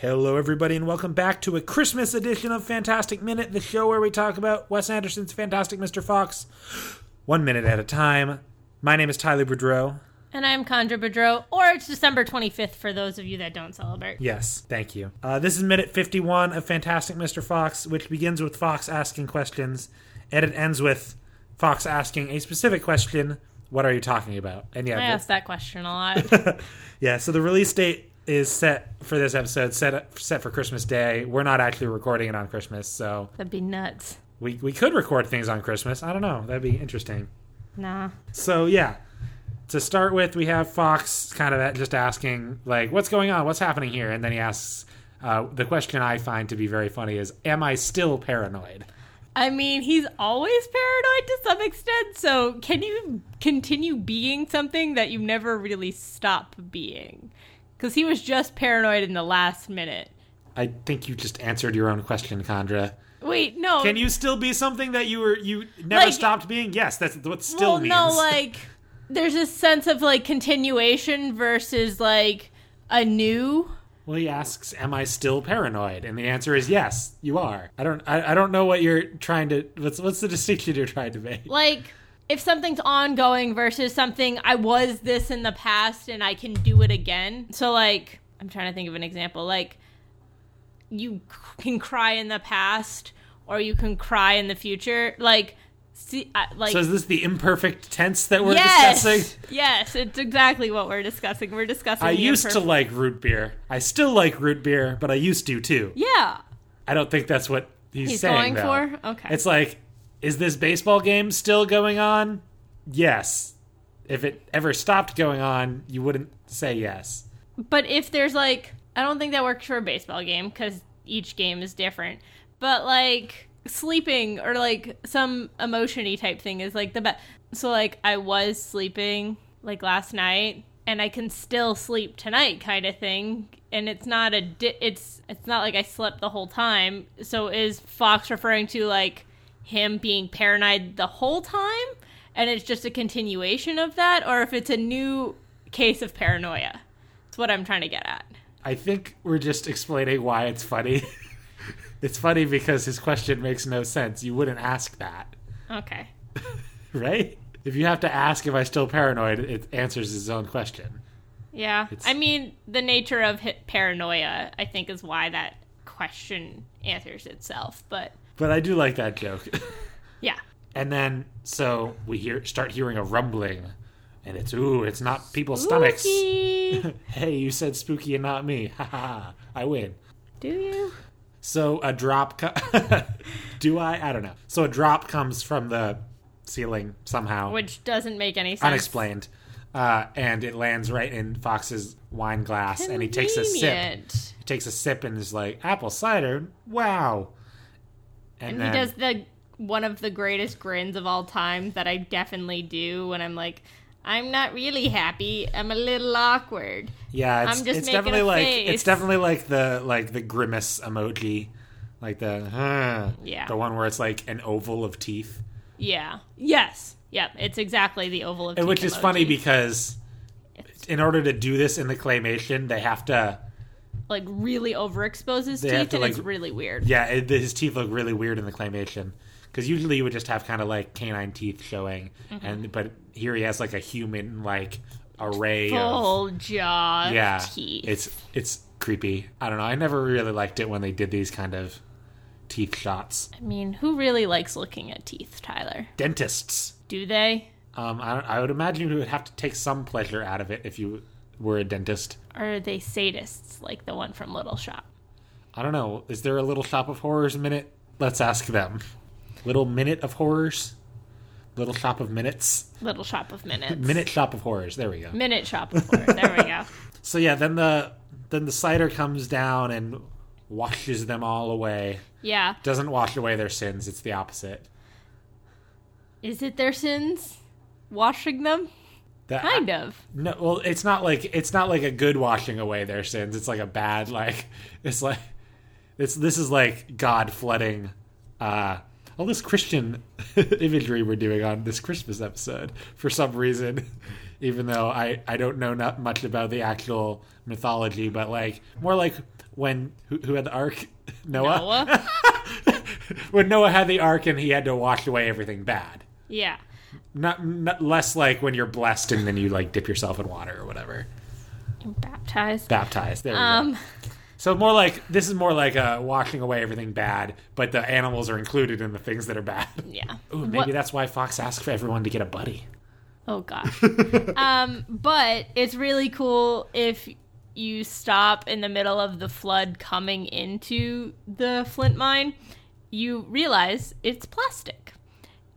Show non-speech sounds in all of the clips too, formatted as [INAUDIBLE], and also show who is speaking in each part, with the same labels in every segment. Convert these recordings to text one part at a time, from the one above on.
Speaker 1: Hello, everybody, and welcome back to a Christmas edition of Fantastic Minute, the show where we talk about Wes Anderson's Fantastic Mr. Fox one minute at a time. My name is Tyler Boudreau.
Speaker 2: And I'm Condra Boudreau, or it's December 25th for those of you that don't celebrate.
Speaker 1: Yes, thank you. Uh, this is minute 51 of Fantastic Mr. Fox, which begins with Fox asking questions, and it ends with Fox asking a specific question What are you talking about? And yeah,
Speaker 2: I
Speaker 1: the-
Speaker 2: ask that question a lot.
Speaker 1: [LAUGHS] Yeah, so the release date is set for this episode, set set for Christmas Day. We're not actually recording it on Christmas, so
Speaker 2: That'd be nuts.
Speaker 1: we we could record things on Christmas. I don't know. That'd be interesting.
Speaker 2: Nah.
Speaker 1: So yeah, to start with, we have Fox kind of just asking like, "What's going on? What's happening here?" And then he asks. Uh, the question I find to be very funny is, "Am I still paranoid?"
Speaker 2: I mean, he's always paranoid to some extent, so can you continue being something that you never really stop being? Because he was just paranoid in the last minute.
Speaker 1: I think you just answered your own question, Condra.
Speaker 2: Wait, no.
Speaker 1: Can you still be something that you were you never
Speaker 2: Like-
Speaker 1: stopped being? Yes, that's what still
Speaker 2: Well,
Speaker 1: means.
Speaker 2: no,
Speaker 1: [LAUGHS]
Speaker 2: like there's a sense of like continuation versus like a new.
Speaker 1: Well, he asks, "Am I still paranoid?" And the answer is yes, you are. I don't, I, I don't know what you're trying to. What's, what's the distinction you're trying to make?
Speaker 2: like if something's ongoing versus something I was this in the past and I can do it again. So like I'm trying to think of an example. Like you c- can cry in the past or you can cry in the future. Like see I, like
Speaker 1: So is this the imperfect tense that we're
Speaker 2: yes.
Speaker 1: discussing?
Speaker 2: Yes, it's exactly what we're discussing. We're discussing
Speaker 1: I
Speaker 2: the
Speaker 1: used to
Speaker 2: imperfect-
Speaker 1: like root beer. I still like root beer, but I used to too.
Speaker 2: Yeah.
Speaker 1: I don't think that's what he's,
Speaker 2: He's
Speaker 1: saying.
Speaker 2: going
Speaker 1: though.
Speaker 2: for? Okay.
Speaker 1: It's like, is this baseball game still going on? Yes. If it ever stopped going on, you wouldn't say yes.
Speaker 2: But if there's like, I don't think that works for a baseball game because each game is different. But like sleeping or like some emotiony type thing is like the best. So like I was sleeping like last night and I can still sleep tonight kind of thing. And it's not a di- it's it's not like I slept the whole time. So is Fox referring to like him being paranoid the whole time? And it's just a continuation of that, or if it's a new case of paranoia. That's what I'm trying to get at.
Speaker 1: I think we're just explaining why it's funny. [LAUGHS] it's funny because his question makes no sense. You wouldn't ask that, [LAUGHS]
Speaker 2: Okay.
Speaker 1: right? If you have to ask if I still paranoid, it answers his own question.
Speaker 2: Yeah.
Speaker 1: It's-
Speaker 2: I mean, the nature of hi- paranoia, I think, is why that question answers itself. But
Speaker 1: But I do like that joke. [LAUGHS]
Speaker 2: yeah.
Speaker 1: and then so we hear start hearing a rumbling and it's ooh, it's not people's stomachs. [LAUGHS]
Speaker 2: Spooky.
Speaker 1: hey, you said spooky and not me. [LAUGHS] Ha ha. I win.
Speaker 2: Do you?
Speaker 1: So a drop. Co- [LAUGHS] do I? I don't know. So a drop comes from the ceiling somehow.
Speaker 2: Which doesn't make any sense.
Speaker 1: unexplained. Uh, and it lands right in Fox's wine glass, and he takes a sip.
Speaker 2: Convenient.
Speaker 1: He takes a sip and is like, "Apple cider, wow!"
Speaker 2: And he does the one of the greatest grins of all time that I definitely do when I'm like, I'm not really happy. I'm a little awkward.
Speaker 1: yeah, it's,
Speaker 2: I'm just
Speaker 1: it's
Speaker 2: making a
Speaker 1: definitely like it's
Speaker 2: face.
Speaker 1: definitely like the like the grimace emoji, like the huh,
Speaker 2: Yeah.
Speaker 1: the one where it's like an oval of teeth,
Speaker 2: Yeah. Yes. Yep. It's exactly the oval of
Speaker 1: and which
Speaker 2: teeth
Speaker 1: is funny
Speaker 2: emoji.
Speaker 1: because in order to do this in the claymation, they have to
Speaker 2: like really overexposes
Speaker 1: They
Speaker 2: teeth
Speaker 1: have
Speaker 2: and
Speaker 1: to,
Speaker 2: it's
Speaker 1: like-
Speaker 2: really weird.
Speaker 1: Yeah, it, his teeth look really weird in the claymation because usually you would just have kind of like canine teeth showing,
Speaker 2: Mm-hmm.
Speaker 1: and but here he has like a human like array of
Speaker 2: full jaw
Speaker 1: yeah.
Speaker 2: teeth.
Speaker 1: It's it's creepy. I don't know. I never really liked it when they did these kind of teeth shots.
Speaker 2: I mean, who really likes looking at teeth, Tyler?
Speaker 1: Dentists.
Speaker 2: Do they?
Speaker 1: Um, I, don't, I would imagine you would have to take some pleasure out of it if you were a dentist.
Speaker 2: Or are they sadists like the one from Little Shop?
Speaker 1: I don't know. Is there a little shop of horrors minute? Let's ask them. Little minute of horrors. Little shop of minutes.
Speaker 2: Little Shop of Minutes.
Speaker 1: Minute Shop of Horrors. There we go.
Speaker 2: Minute Shop of Horror. There we go. [LAUGHS]
Speaker 1: So yeah, then the then the cider comes down and washes them all away.
Speaker 2: Yeah.
Speaker 1: Doesn't wash away their sins. It's the opposite.
Speaker 2: Is it their sins? Washing them?
Speaker 1: That,
Speaker 2: Kind of.
Speaker 1: No, well, it's not like it's not like a good washing away their sins. It's like a bad like it's like it's this is like God flooding uh all this Christian [LAUGHS] imagery we're doing on this Christmas episode for some reason, even though I I don't know not much about the actual mythology, but like more like when who, who had the ark? [LAUGHS] Noah. [LAUGHS]
Speaker 2: Noah.
Speaker 1: When Noah had the ark and he had to wash away everything bad.
Speaker 2: yeah.
Speaker 1: Not, not less like when you're blessed and then you like dip yourself in water or whatever.
Speaker 2: Baptized.
Speaker 1: Baptized. There we go.
Speaker 2: Um,
Speaker 1: So more like this is more like uh, washing away everything bad, but the animals are included in the things that are bad. [LAUGHS]
Speaker 2: yeah.
Speaker 1: Ooh, maybe
Speaker 2: What-
Speaker 1: that's why Fox asked for everyone to get a buddy. [LAUGHS]
Speaker 2: Oh gosh. um, but it's really cool if you stop in the middle of the flood coming into the Flint mine, you realize it's plastic.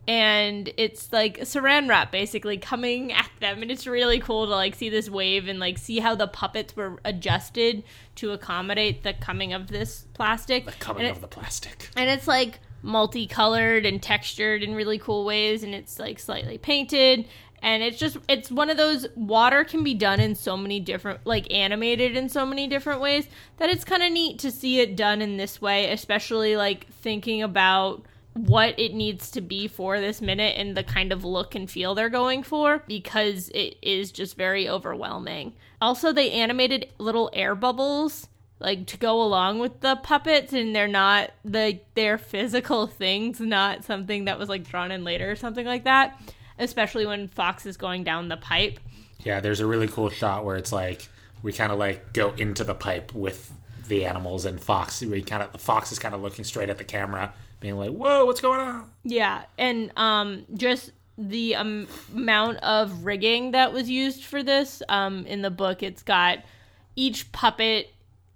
Speaker 2: And it's like saran wrap basically coming at them and it's really cool to like see this wave and like see how the puppets were adjusted to accommodate the coming of this plastic.
Speaker 1: The coming
Speaker 2: And it-
Speaker 1: of the plastic.
Speaker 2: and it's like multicolored and textured in really cool ways and it's like slightly painted and it's just it's one of those water can be done in so many different like animated in so many different ways that it's kind of neat to see it done in this way especially like thinking about what it needs to be for this minute and the kind of look and feel they're going for because it is just very overwhelming also they animated little air bubbles like to go along with the puppets and they're not the their physical things not something that was like drawn in later or something like that especially when fox is going down the pipe
Speaker 1: Yeah, there's a really cool shot where it's like we kind of like go into the pipe with the animals and Fox. We kind of Fox is kind of looking straight at the camera, being like, "Whoa, what's going on?"
Speaker 2: yeah and um just the um, amount of rigging that was used for this um in the book it's got each puppet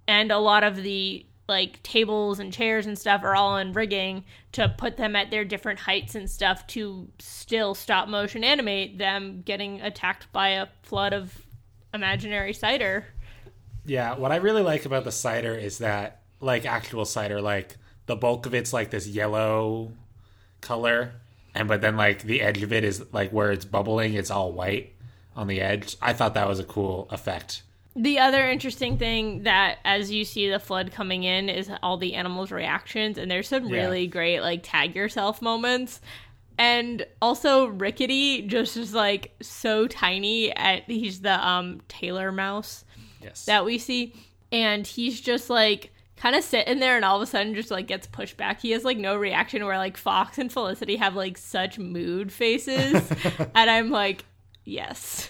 Speaker 2: and a lot of the like tables and chairs and stuff are all in rigging to put them at their different heights and stuff to still stop motion animate them getting attacked by a flood of imaginary cider.
Speaker 1: Yeah, what I really like about the cider is that like actual cider, like the bulk of it's like this yellow color, and but then like the edge of it is like where it's bubbling, it's all white on the edge. I thought that was a cool effect.
Speaker 2: The other interesting thing that as you see the flood coming in is all the animals' reactions and there's some
Speaker 1: Yeah.
Speaker 2: really great like tag yourself moments. And also Rickety just is like so tiny at he's the um Taylor mouse.
Speaker 1: Yes.
Speaker 2: that we see and he's just like kind of sitting there and all of a sudden just like gets pushed back he has like no reaction where like fox and felicity have like such mood faces and i'm like yes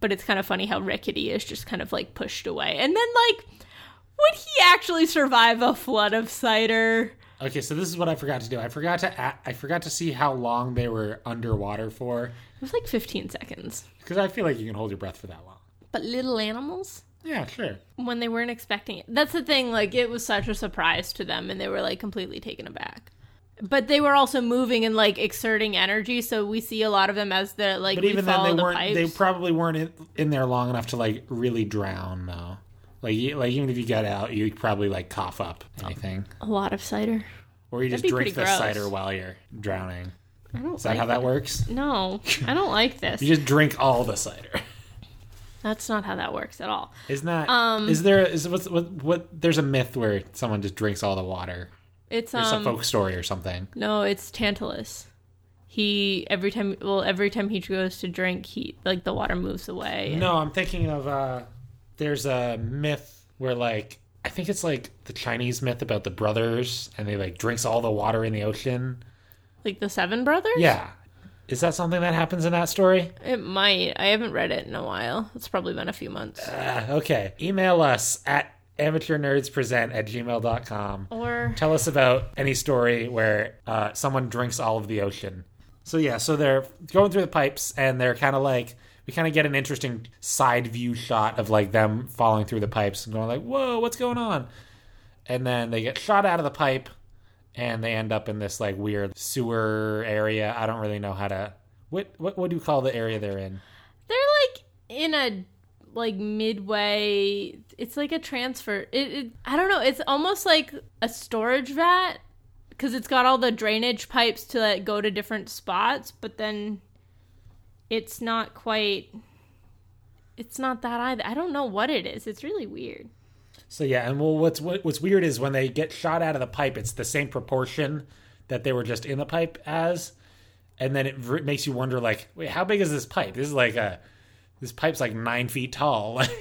Speaker 2: but it's kind of funny how rickety is just kind of like pushed away and then like would he actually survive a flood of cider
Speaker 1: Okay, so this is what I forgot to do. I forgot to a- I forgot to see how long they were underwater for
Speaker 2: it was like 15 seconds
Speaker 1: because I feel like you can hold your breath for that long.
Speaker 2: but little animals
Speaker 1: Yeah, sure.
Speaker 2: when they weren't expecting it. That's the thing, like it was such a surprise to them and they were like completely taken aback. But they were also moving and like exerting energy, so we see a lot of them as they're like
Speaker 1: But
Speaker 2: we
Speaker 1: even then,
Speaker 2: follow
Speaker 1: they
Speaker 2: the
Speaker 1: weren't. They
Speaker 2: pipes.
Speaker 1: probably weren't in, in there long enough to like really drown, though. Like, you- like even if you got out, you probably like cough up anything,
Speaker 2: a lot of cider.
Speaker 1: or you just
Speaker 2: be
Speaker 1: drink
Speaker 2: pretty
Speaker 1: the
Speaker 2: gross.
Speaker 1: cider while you're drowning.
Speaker 2: I don't
Speaker 1: Is that
Speaker 2: like
Speaker 1: how that works?
Speaker 2: No. I
Speaker 1: [LAUGHS]
Speaker 2: don't like this.
Speaker 1: You just drink all the
Speaker 2: [LAUGHS]
Speaker 1: cider.
Speaker 2: That's not how that works at all.
Speaker 1: Isn't that?
Speaker 2: Um,
Speaker 1: is there? Is what's what, what? There's a myth where someone just drinks all the water.
Speaker 2: It's
Speaker 1: There's
Speaker 2: um
Speaker 1: a folk story or something.
Speaker 2: no, it's Tantalus. He every time well every time he goes to drink he like the water moves away. and-
Speaker 1: No, I'm thinking of uh there's a myth where like I think it's like the Chinese myth about the brothers and they like drinks all the water in the ocean.
Speaker 2: Like the seven brothers?
Speaker 1: Yeah. Is that something that happens in that story?
Speaker 2: It might. I haven't read it in a while. It's probably been a few months.
Speaker 1: Uh, okay. Email us at amateurnerdspresent at gmail.com.
Speaker 2: Or
Speaker 1: Tell us about any story where uh, someone drinks all of the ocean. So yeah, so they're going through the pipes and they're kind of like we kind of get an interesting side view shot of like them falling through the pipes and going like, "Whoa, what's going on?" And then they get shot out of the pipe and they end up in this like weird sewer area. I don't really know how to what what what do you call the area they're in?
Speaker 2: they're like in a like midway. It's like a transfer. It, it I don't know. It's almost like a storage vat because it's got all the drainage pipes to like, go to different spots, but then it's not quite. It's not that either. I don't know what it is. It's really weird.
Speaker 1: So yeah, and well, what's what, what's weird is when they get shot out of the pipe, it's the same proportion that they were just in the pipe as, and then it r- makes you wonder like, wait, how big is this pipe? This is like a, this pipe's like nine feet tall. [LAUGHS]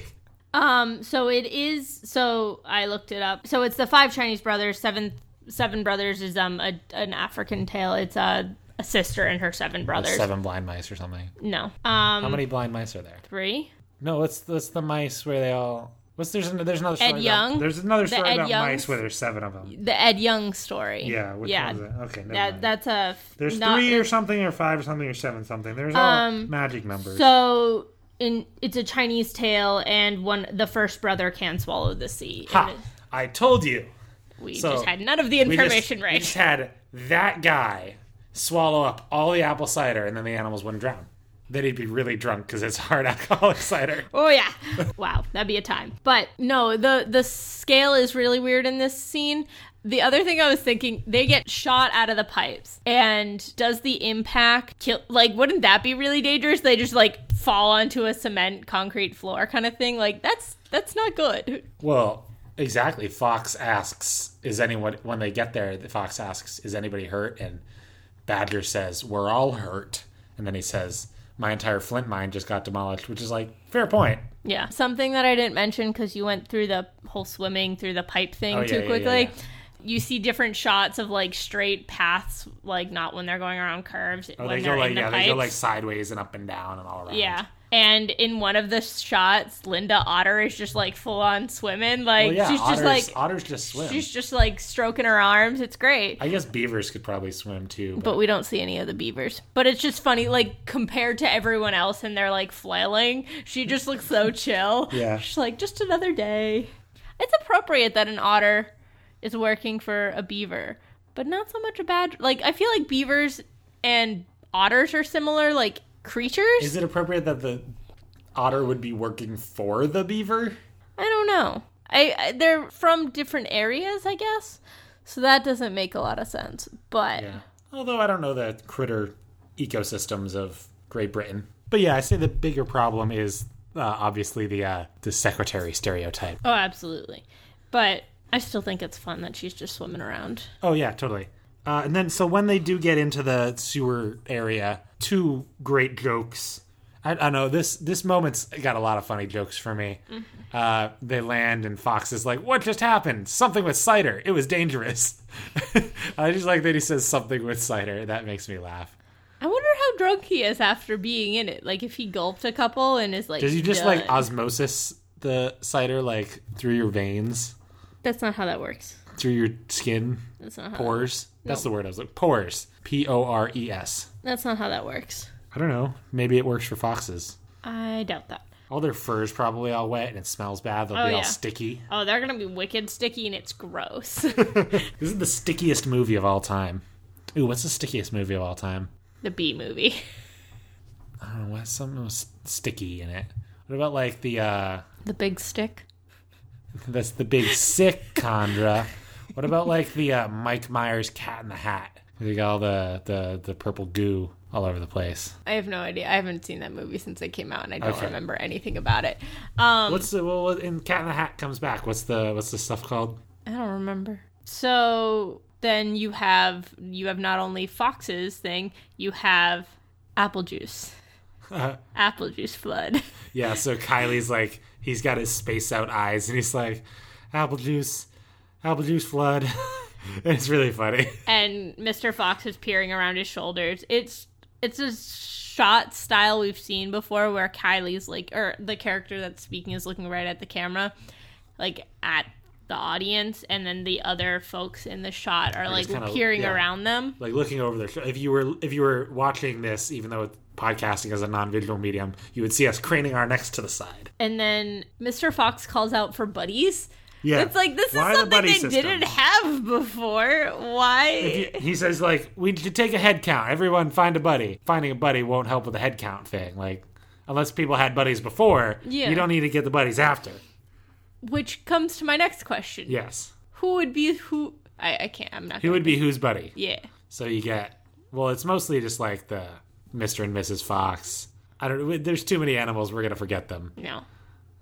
Speaker 1: Like,
Speaker 2: Um, so it is. So I looked it up. So it's the five Chinese brothers. Seven Seven Brothers is um a, an African tale. It's a, a sister and her seven brothers.
Speaker 1: Seven blind mice or something.
Speaker 2: No.
Speaker 1: How
Speaker 2: Um,
Speaker 1: many blind mice are there?
Speaker 2: three.
Speaker 1: No, what's that's the mice where they all. What's there's another there's another story
Speaker 2: Ed
Speaker 1: about-
Speaker 2: Young?
Speaker 1: There's another story
Speaker 2: Ed
Speaker 1: about
Speaker 2: Young's?
Speaker 1: mice where there's seven of them.
Speaker 2: The Ed Young story.
Speaker 1: Yeah, which
Speaker 2: yeah.
Speaker 1: one is it? Okay, never
Speaker 2: That
Speaker 1: mind.
Speaker 2: that's a f-
Speaker 1: there's
Speaker 2: not-
Speaker 1: three or something or five or something or seven something. There's all
Speaker 2: Um,
Speaker 1: magic numbers.
Speaker 2: So in it's a Chinese tale, and one the first brother can swallow the sea.
Speaker 1: ha,
Speaker 2: And
Speaker 1: Ah, I told you.
Speaker 2: we
Speaker 1: So,
Speaker 2: just had none of
Speaker 1: We
Speaker 2: the
Speaker 1: just-
Speaker 2: information
Speaker 1: We
Speaker 2: right.
Speaker 1: just had that guy swallow up all the apple cider, and then the animals wouldn't drown. Then he'd be really drunk because it's hard [LAUGHS] alcoholic cider.
Speaker 2: Oh yeah. [LAUGHS] wow, that'd be a time. But no, the the scale is really weird in this scene. The other thing I was thinking, they get shot out of the pipes. And does the impact kill like wouldn't that be really dangerous? They just like fall onto a cement concrete floor kind of thing. Like that's that's not good. [LAUGHS]
Speaker 1: Well, exactly. Fox asks, "Is anyone?" When they get there, the Fox asks, "Is anybody hurt?" And Badger says, "We're all hurt." And then he says, "My entire Flint mine just got demolished," which is like fair point.
Speaker 2: Yeah. Something that I didn't mention because you went through the whole swimming through the pipe thing
Speaker 1: Oh, yeah,
Speaker 2: too
Speaker 1: yeah, yeah,
Speaker 2: quickly.
Speaker 1: yeah.
Speaker 2: You see different shots of like straight paths, like not when they're going around curves.
Speaker 1: Or
Speaker 2: when
Speaker 1: Oh, they
Speaker 2: they're
Speaker 1: go like
Speaker 2: in the
Speaker 1: yeah,
Speaker 2: pipes.
Speaker 1: they go like sideways and up and down and all around.
Speaker 2: Yeah. And in one of the shots, Linda Otter is just like full on swimming. Like
Speaker 1: Well, yeah,
Speaker 2: she's
Speaker 1: otters,
Speaker 2: just like
Speaker 1: otters just swim.
Speaker 2: she's just like stroking her arms. It's great.
Speaker 1: I guess beavers could probably swim too. But,
Speaker 2: but we don't see any of the beavers. But it's just funny, like compared to everyone else and they're like flailing, she just looks
Speaker 1: [LAUGHS]
Speaker 2: so chill.
Speaker 1: Yeah.
Speaker 2: She's like, just another day. It's appropriate that an otter is working for a beaver, but not so much a badger. Like, I feel like beavers and otters are similar, like creatures.
Speaker 1: is it appropriate that the otter would be working for the beaver?
Speaker 2: I don't know. I, I they're from different areas, I guess. So that doesn't make a lot of sense. But
Speaker 1: Yeah. Although I don't know the critter ecosystems of Great Britain. But yeah, I say the bigger problem is uh, obviously the uh, the secretary stereotype.
Speaker 2: oh, absolutely. But I still think it's fun that she's just swimming around.
Speaker 1: Oh yeah, totally. Uh, and then so when they do get into the sewer area, two great jokes. I, I know this this moment's got a lot of funny jokes for me. Uh, they land and Fox is like, "What just happened? Something with cider. It was dangerous." [LAUGHS] I just like that he says something with cider. That makes me laugh.
Speaker 2: I wonder how drunk he is after being in it. Like if he gulped a couple and is like
Speaker 1: Does he just
Speaker 2: done.
Speaker 1: like osmosis the cider like through your veins,
Speaker 2: That's not how that works.
Speaker 1: through your skin
Speaker 2: That's not how
Speaker 1: pores? That's the word I was like pores. P O R E S.
Speaker 2: that's not how that works.
Speaker 1: I don't know. Maybe it works for foxes.
Speaker 2: I doubt that.
Speaker 1: All their fur is probably all wet and it smells bad. They'll
Speaker 2: Oh,
Speaker 1: be all
Speaker 2: yeah.
Speaker 1: sticky.
Speaker 2: Oh, they're gonna be wicked sticky and it's
Speaker 1: [LAUGHS]
Speaker 2: gross.
Speaker 1: This is the stickiest movie of all time. Ooh, what's the stickiest movie of all time?
Speaker 2: the B movie.
Speaker 1: I don't know. What's something with s- sticky in it? What about like the uh [LAUGHS]
Speaker 2: The big stick.
Speaker 1: that's the big sick Condra? What about like the uh, Mike Myers Cat in the Hat? They got all the, the the purple goo all over the place.
Speaker 2: I have no idea. I haven't seen that movie since it came out and I don't
Speaker 1: Okay.
Speaker 2: remember anything about it. Um
Speaker 1: What's the well what- in Cat in the Hat comes back? What's the what's the stuff called?
Speaker 2: I don't remember. So then you have you have not only Fox's thing, you have apple juice.
Speaker 1: [LAUGHS]
Speaker 2: apple juice flood. [LAUGHS]
Speaker 1: Yeah, so Kylie's like he's got his space out eyes and he's like, apple juice, apple juice flood. [LAUGHS] and it's really funny.
Speaker 2: And Mr. Fox is peering around his shoulders. It's it's a shot style we've seen before where Kylie's like or the character that's speaking is looking right at the camera, like at the audience, and then the other folks in the shot are like
Speaker 1: just kinda-
Speaker 2: peering
Speaker 1: yeah.
Speaker 2: around them.
Speaker 1: Like looking over their if you were if you were watching this, even though podcasting is a non-visual medium, you would see us craning our necks to the side.
Speaker 2: And then Mr. Fox calls out for buddies.
Speaker 1: Yeah,
Speaker 2: It's like this
Speaker 1: Why
Speaker 2: is
Speaker 1: the
Speaker 2: something
Speaker 1: buddy
Speaker 2: they
Speaker 1: system?
Speaker 2: didn't have before. Why?
Speaker 1: He he says like we should take a head count. Everyone find a buddy. Finding a buddy won't help with the head count thing. Like unless people had buddies before,
Speaker 2: Yeah.
Speaker 1: you don't need to get the buddies after.
Speaker 2: Which comes to my next question:
Speaker 1: Yes,
Speaker 2: Who would be who? I, I can't. I'm not.
Speaker 1: who
Speaker 2: gonna,
Speaker 1: would be whose buddy?
Speaker 2: Yeah.
Speaker 1: So you get well, it's mostly just like the Mr. and Mrs. Fox. I don't. know. There's too many animals. We're gonna forget them.
Speaker 2: No.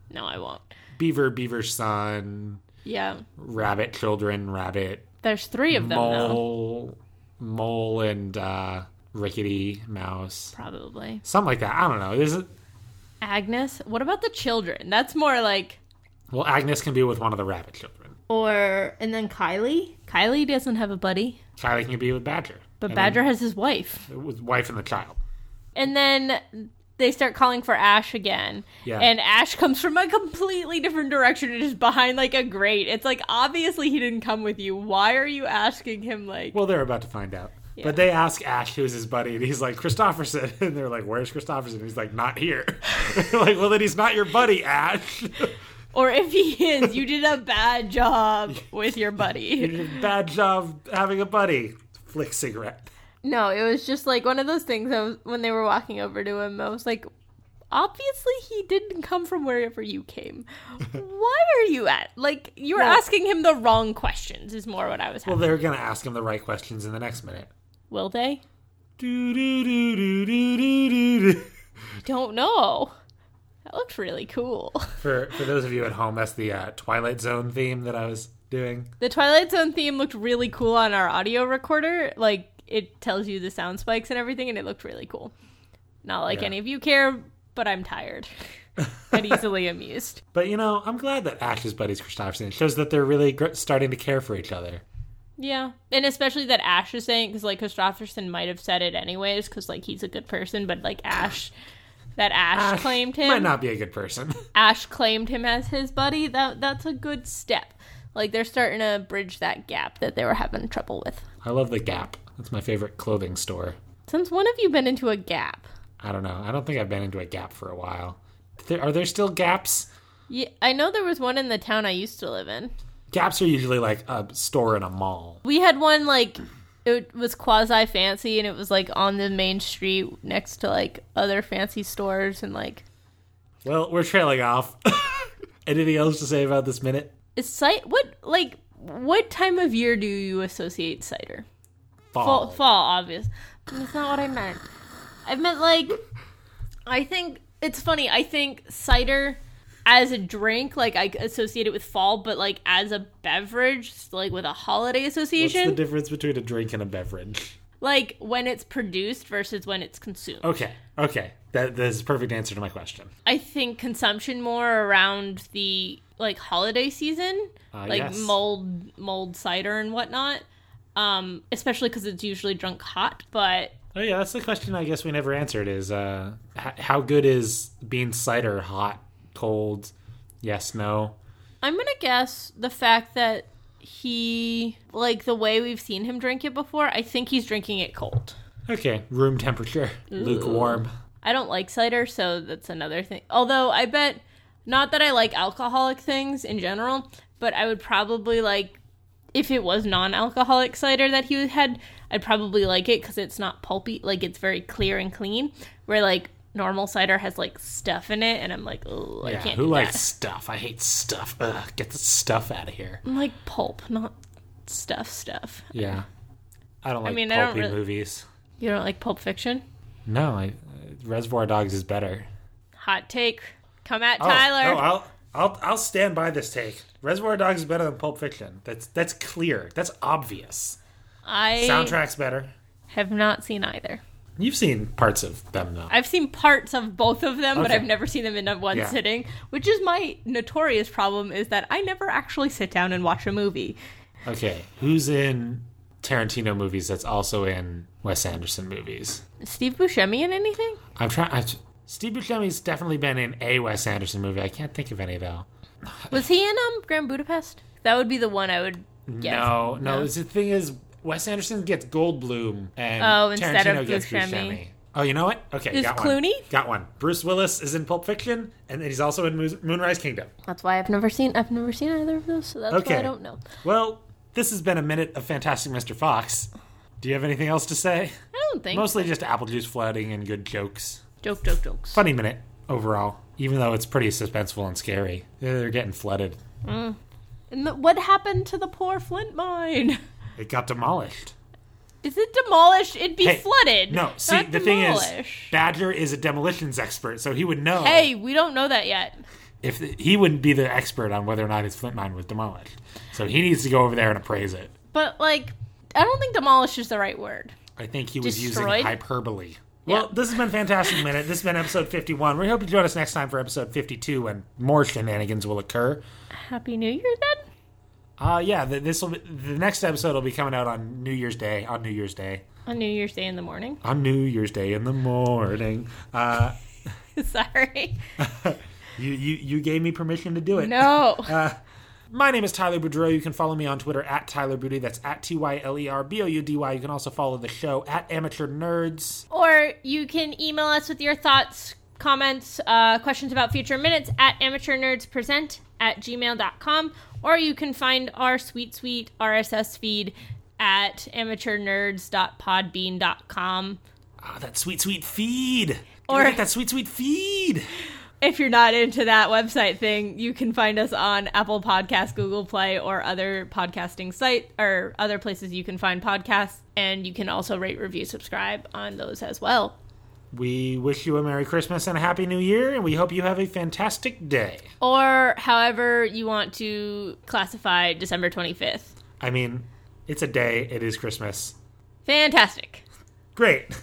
Speaker 2: No, I won't.
Speaker 1: Beaver, beaver's son,
Speaker 2: Yeah.
Speaker 1: rabbit children, rabbit,
Speaker 2: There's three of them though.
Speaker 1: mole, mole, and uh, rickety mouse,
Speaker 2: Probably
Speaker 1: something like that. I don't know. This is
Speaker 2: Agnes. What about the children? That's more like
Speaker 1: Well, Agnes can be with one of the rabbit children.
Speaker 3: Or and then Kylie.
Speaker 2: Kylie doesn't have a buddy,
Speaker 1: Kylie can be with Badger.
Speaker 2: but
Speaker 1: And
Speaker 2: Badger has his wife.
Speaker 1: then with wife and the child.
Speaker 2: And then they start calling for Ash again.
Speaker 1: Yeah.
Speaker 2: And Ash comes from a completely different direction and is behind like a grate. It's like obviously he didn't come with you. Why are you asking him like
Speaker 1: Well, they're about to find out.
Speaker 2: Yeah.
Speaker 1: But they ask Ash who's his buddy, and he's like Christopherson, [LAUGHS] and they're like, "Where's Christopherson?" He's like, "Not here." [LAUGHS] like, well, then he's not your buddy, Ash. [LAUGHS]
Speaker 2: or if he is, you did a bad job with your
Speaker 1: [LAUGHS]
Speaker 2: buddy.
Speaker 1: Bad job having a buddy. Flick cigarette.
Speaker 2: No, it was just like one of those things I was, when they were walking over to him, I was like Obviously, he didn't come from wherever
Speaker 1: [LAUGHS]
Speaker 2: you came. Why are you at? Like, you're asking him the wrong questions, is more what I was having.
Speaker 1: Well, they're gonna ask him the right questions in the next
Speaker 2: [LAUGHS]
Speaker 1: minute.
Speaker 2: Will they?
Speaker 1: Do do do do do do do.
Speaker 2: Don't know. That looked really cool. [LAUGHS]
Speaker 1: For for those of you at home, that's the uh, Twilight Zone theme that I was doing.
Speaker 2: The Twilight Zone theme looked really cool on our audio recorder. Like it tells you the sound spikes and everything, and it looked really cool. Not like
Speaker 1: Yeah.
Speaker 2: any of you care, but
Speaker 1: [LAUGHS]
Speaker 2: I'm tired and easily amused.
Speaker 1: But you know, I'm glad that Ash's buddy's Christopherson. It shows that they're really gr- starting to care for each other.
Speaker 2: Yeah, and especially that Ash is saying because like Christopherson might have said it anyways because like he's a good person, but like Ash, that Ash,
Speaker 1: Ash
Speaker 2: claimed him.
Speaker 1: Might not be a good person. [LAUGHS]
Speaker 2: Ash claimed him as his buddy. That that's a good step. Like they're starting to bridge that gap that they were having trouble with.
Speaker 1: I love the Gap. That's my favorite clothing store.
Speaker 2: Since when have you been into a gap?
Speaker 1: I don't know. I don't think I've been into a Gap for a while. There, are there still Gaps?
Speaker 2: Yeah, I know there was one in the town I used to live in.
Speaker 1: Gaps are usually like a store in a mall.
Speaker 2: We had one like it was quasi fancy and it was like on the main street next to like other fancy stores and like
Speaker 1: Well, we're trailing off. [LAUGHS] Anything else to say about this minute?
Speaker 2: is cider what like what time of year do you associate cider? Fall,
Speaker 1: Oh.
Speaker 2: fall obvious. That's not what I meant. I meant like I think it's funny. I think cider as a drink like I associate it with fall, but like as a beverage, like with a holiday
Speaker 1: What's
Speaker 2: association.
Speaker 1: the difference between a drink and a beverage?
Speaker 2: like when it's produced versus when it's consumed.
Speaker 1: Okay, okay. That, that is a perfect answer to my question.
Speaker 2: I think consumption more around the like holiday season,
Speaker 1: Ah,
Speaker 2: like
Speaker 1: yes.
Speaker 2: mulled mulled cider and whatnot. Um, especially because it's usually drunk hot. But
Speaker 1: Oh yeah, that's the question I guess we never answered is uh h- how good is bean cider hot, cold, yes, no?
Speaker 2: I'm gonna guess the fact that he like the way we've seen him drink it before. I think he's drinking it cold.
Speaker 1: Okay, room temperature, lukewarm.
Speaker 2: I don't like cider, so that's another thing. Although I bet not that I like alcoholic things in general, but I would probably like if it was non-alcoholic cider that he had, I'd probably like it cuz it's not pulpy, like it's very clear and clean. Where like normal cider has like stuff in it and I'm like, "Oh, I
Speaker 1: Yeah,
Speaker 2: can't
Speaker 1: who
Speaker 2: do
Speaker 1: likes
Speaker 2: that."
Speaker 1: stuff? I hate stuff. Ugh, get the stuff out of here.
Speaker 2: I'm like pulp, not stuff stuff.
Speaker 1: Yeah. I don't like
Speaker 2: mean, I
Speaker 1: pulpy
Speaker 2: don't really-
Speaker 1: movies.
Speaker 2: You don't like pulp fiction?
Speaker 1: No, I, uh, Reservoir Dogs is better.
Speaker 2: Hot take. Come at
Speaker 1: Oh,
Speaker 2: Tyler.
Speaker 1: I'll I'll I'll stand by this take. Reservoir Dogs is better than Pulp Fiction. That's that's clear. That's obvious.
Speaker 2: I
Speaker 1: Soundtrack's better.
Speaker 2: have not seen either.
Speaker 1: You've seen parts of them though.
Speaker 2: I've seen parts of both of them, but
Speaker 1: Okay.
Speaker 2: I've never seen them in a one
Speaker 1: Yeah.
Speaker 2: sitting, which is my notorious problem is that I never actually sit down and watch a movie.
Speaker 1: Okay, who's in Tarantino movies that's also in Wes Anderson movies?
Speaker 2: Is Steve Buscemi in anything?
Speaker 1: I'm trying. I've, Steve Buscemi's definitely been in a Wes Anderson movie. I can't think of any though.
Speaker 2: Was he in um Grand Budapest? That would be the one I would guess.
Speaker 1: No, no. it's The thing is, Wes Anderson gets Goldblum, and
Speaker 2: Oh, instead of
Speaker 1: Tarantino gets
Speaker 2: Buscemi.
Speaker 1: Buscemi. Oh, you know what? Okay,
Speaker 2: Is
Speaker 1: got
Speaker 2: Clooney?
Speaker 1: one. Got one. Bruce Willis is in Pulp Fiction, and he's also in Moos- Moonrise Kingdom.
Speaker 2: That's why I've never seen I've never seen either of those, so that's
Speaker 1: Okay.
Speaker 2: why I don't know.
Speaker 1: Well, this has been a minute of Fantastic Mr. Fox. Do you have anything else to say?
Speaker 2: I don't think
Speaker 1: Mostly just apple juice floating and good jokes.
Speaker 2: joke joke jokes.
Speaker 1: funny minute overall, even though it's pretty suspenseful and scary. Yeah, They're getting flooded.
Speaker 2: And the, what happened to the poor Flint mine? [LAUGHS]
Speaker 1: It got demolished.
Speaker 2: Is it demolished? It'd be
Speaker 1: Hey,
Speaker 2: flooded.
Speaker 1: No, see,
Speaker 2: not
Speaker 1: the thing is,
Speaker 2: demolished.
Speaker 1: Badger is a demolitions expert, so he would know
Speaker 2: Hey, we don't know that yet.
Speaker 1: if he wouldn't be the expert on whether or not his flint mine was demolished. So he needs to go over there and appraise it.
Speaker 2: But like I don't think demolished is the right word.
Speaker 1: I think he was using
Speaker 2: Destroyed?
Speaker 1: hyperbole.
Speaker 2: Yeah.
Speaker 1: Well, this has been Fantastic Minute. This has been episode 51. We hope you join us next time for episode 52 when more shenanigans will occur.
Speaker 2: Happy New Year then?
Speaker 1: Uh, yeah, th- this will be, the next episode will be coming out on New Year's Day. On New Year's Day.
Speaker 2: On New Year's Day in the morning. [LAUGHS]
Speaker 1: On New Year's Day in the morning. Uh,
Speaker 2: [LAUGHS] Sorry.
Speaker 1: you, you, you gave me permission to do it.
Speaker 2: No.
Speaker 1: My name is Tyler Boudreau. You can follow me on Twitter at Tyler Booty. That's at T Y L E R B O U D Y. You can also follow the show at Amateur Nerds.
Speaker 2: or you can email us with your thoughts, comments, uh, questions about future minutes at amateurnerdspresent at gmail.com. Or you can find our sweet, sweet RSS feed at amateurnerds.podbean.com.
Speaker 1: Ah, that sweet, sweet feed.
Speaker 2: Or-
Speaker 1: Or that sweet, sweet feed.
Speaker 2: If you're not into that website thing, you can find us on Apple Podcasts, Google Play, or other podcasting site or other places you can find podcasts. And you can also rate, review, subscribe on those as well.
Speaker 1: We wish you a Merry Christmas and a Happy New Year, and we hope you have a fantastic day.
Speaker 2: or however you want to classify December 25th.
Speaker 1: I mean, it's a day, it is Christmas.
Speaker 2: Fantastic.
Speaker 1: Great. [LAUGHS]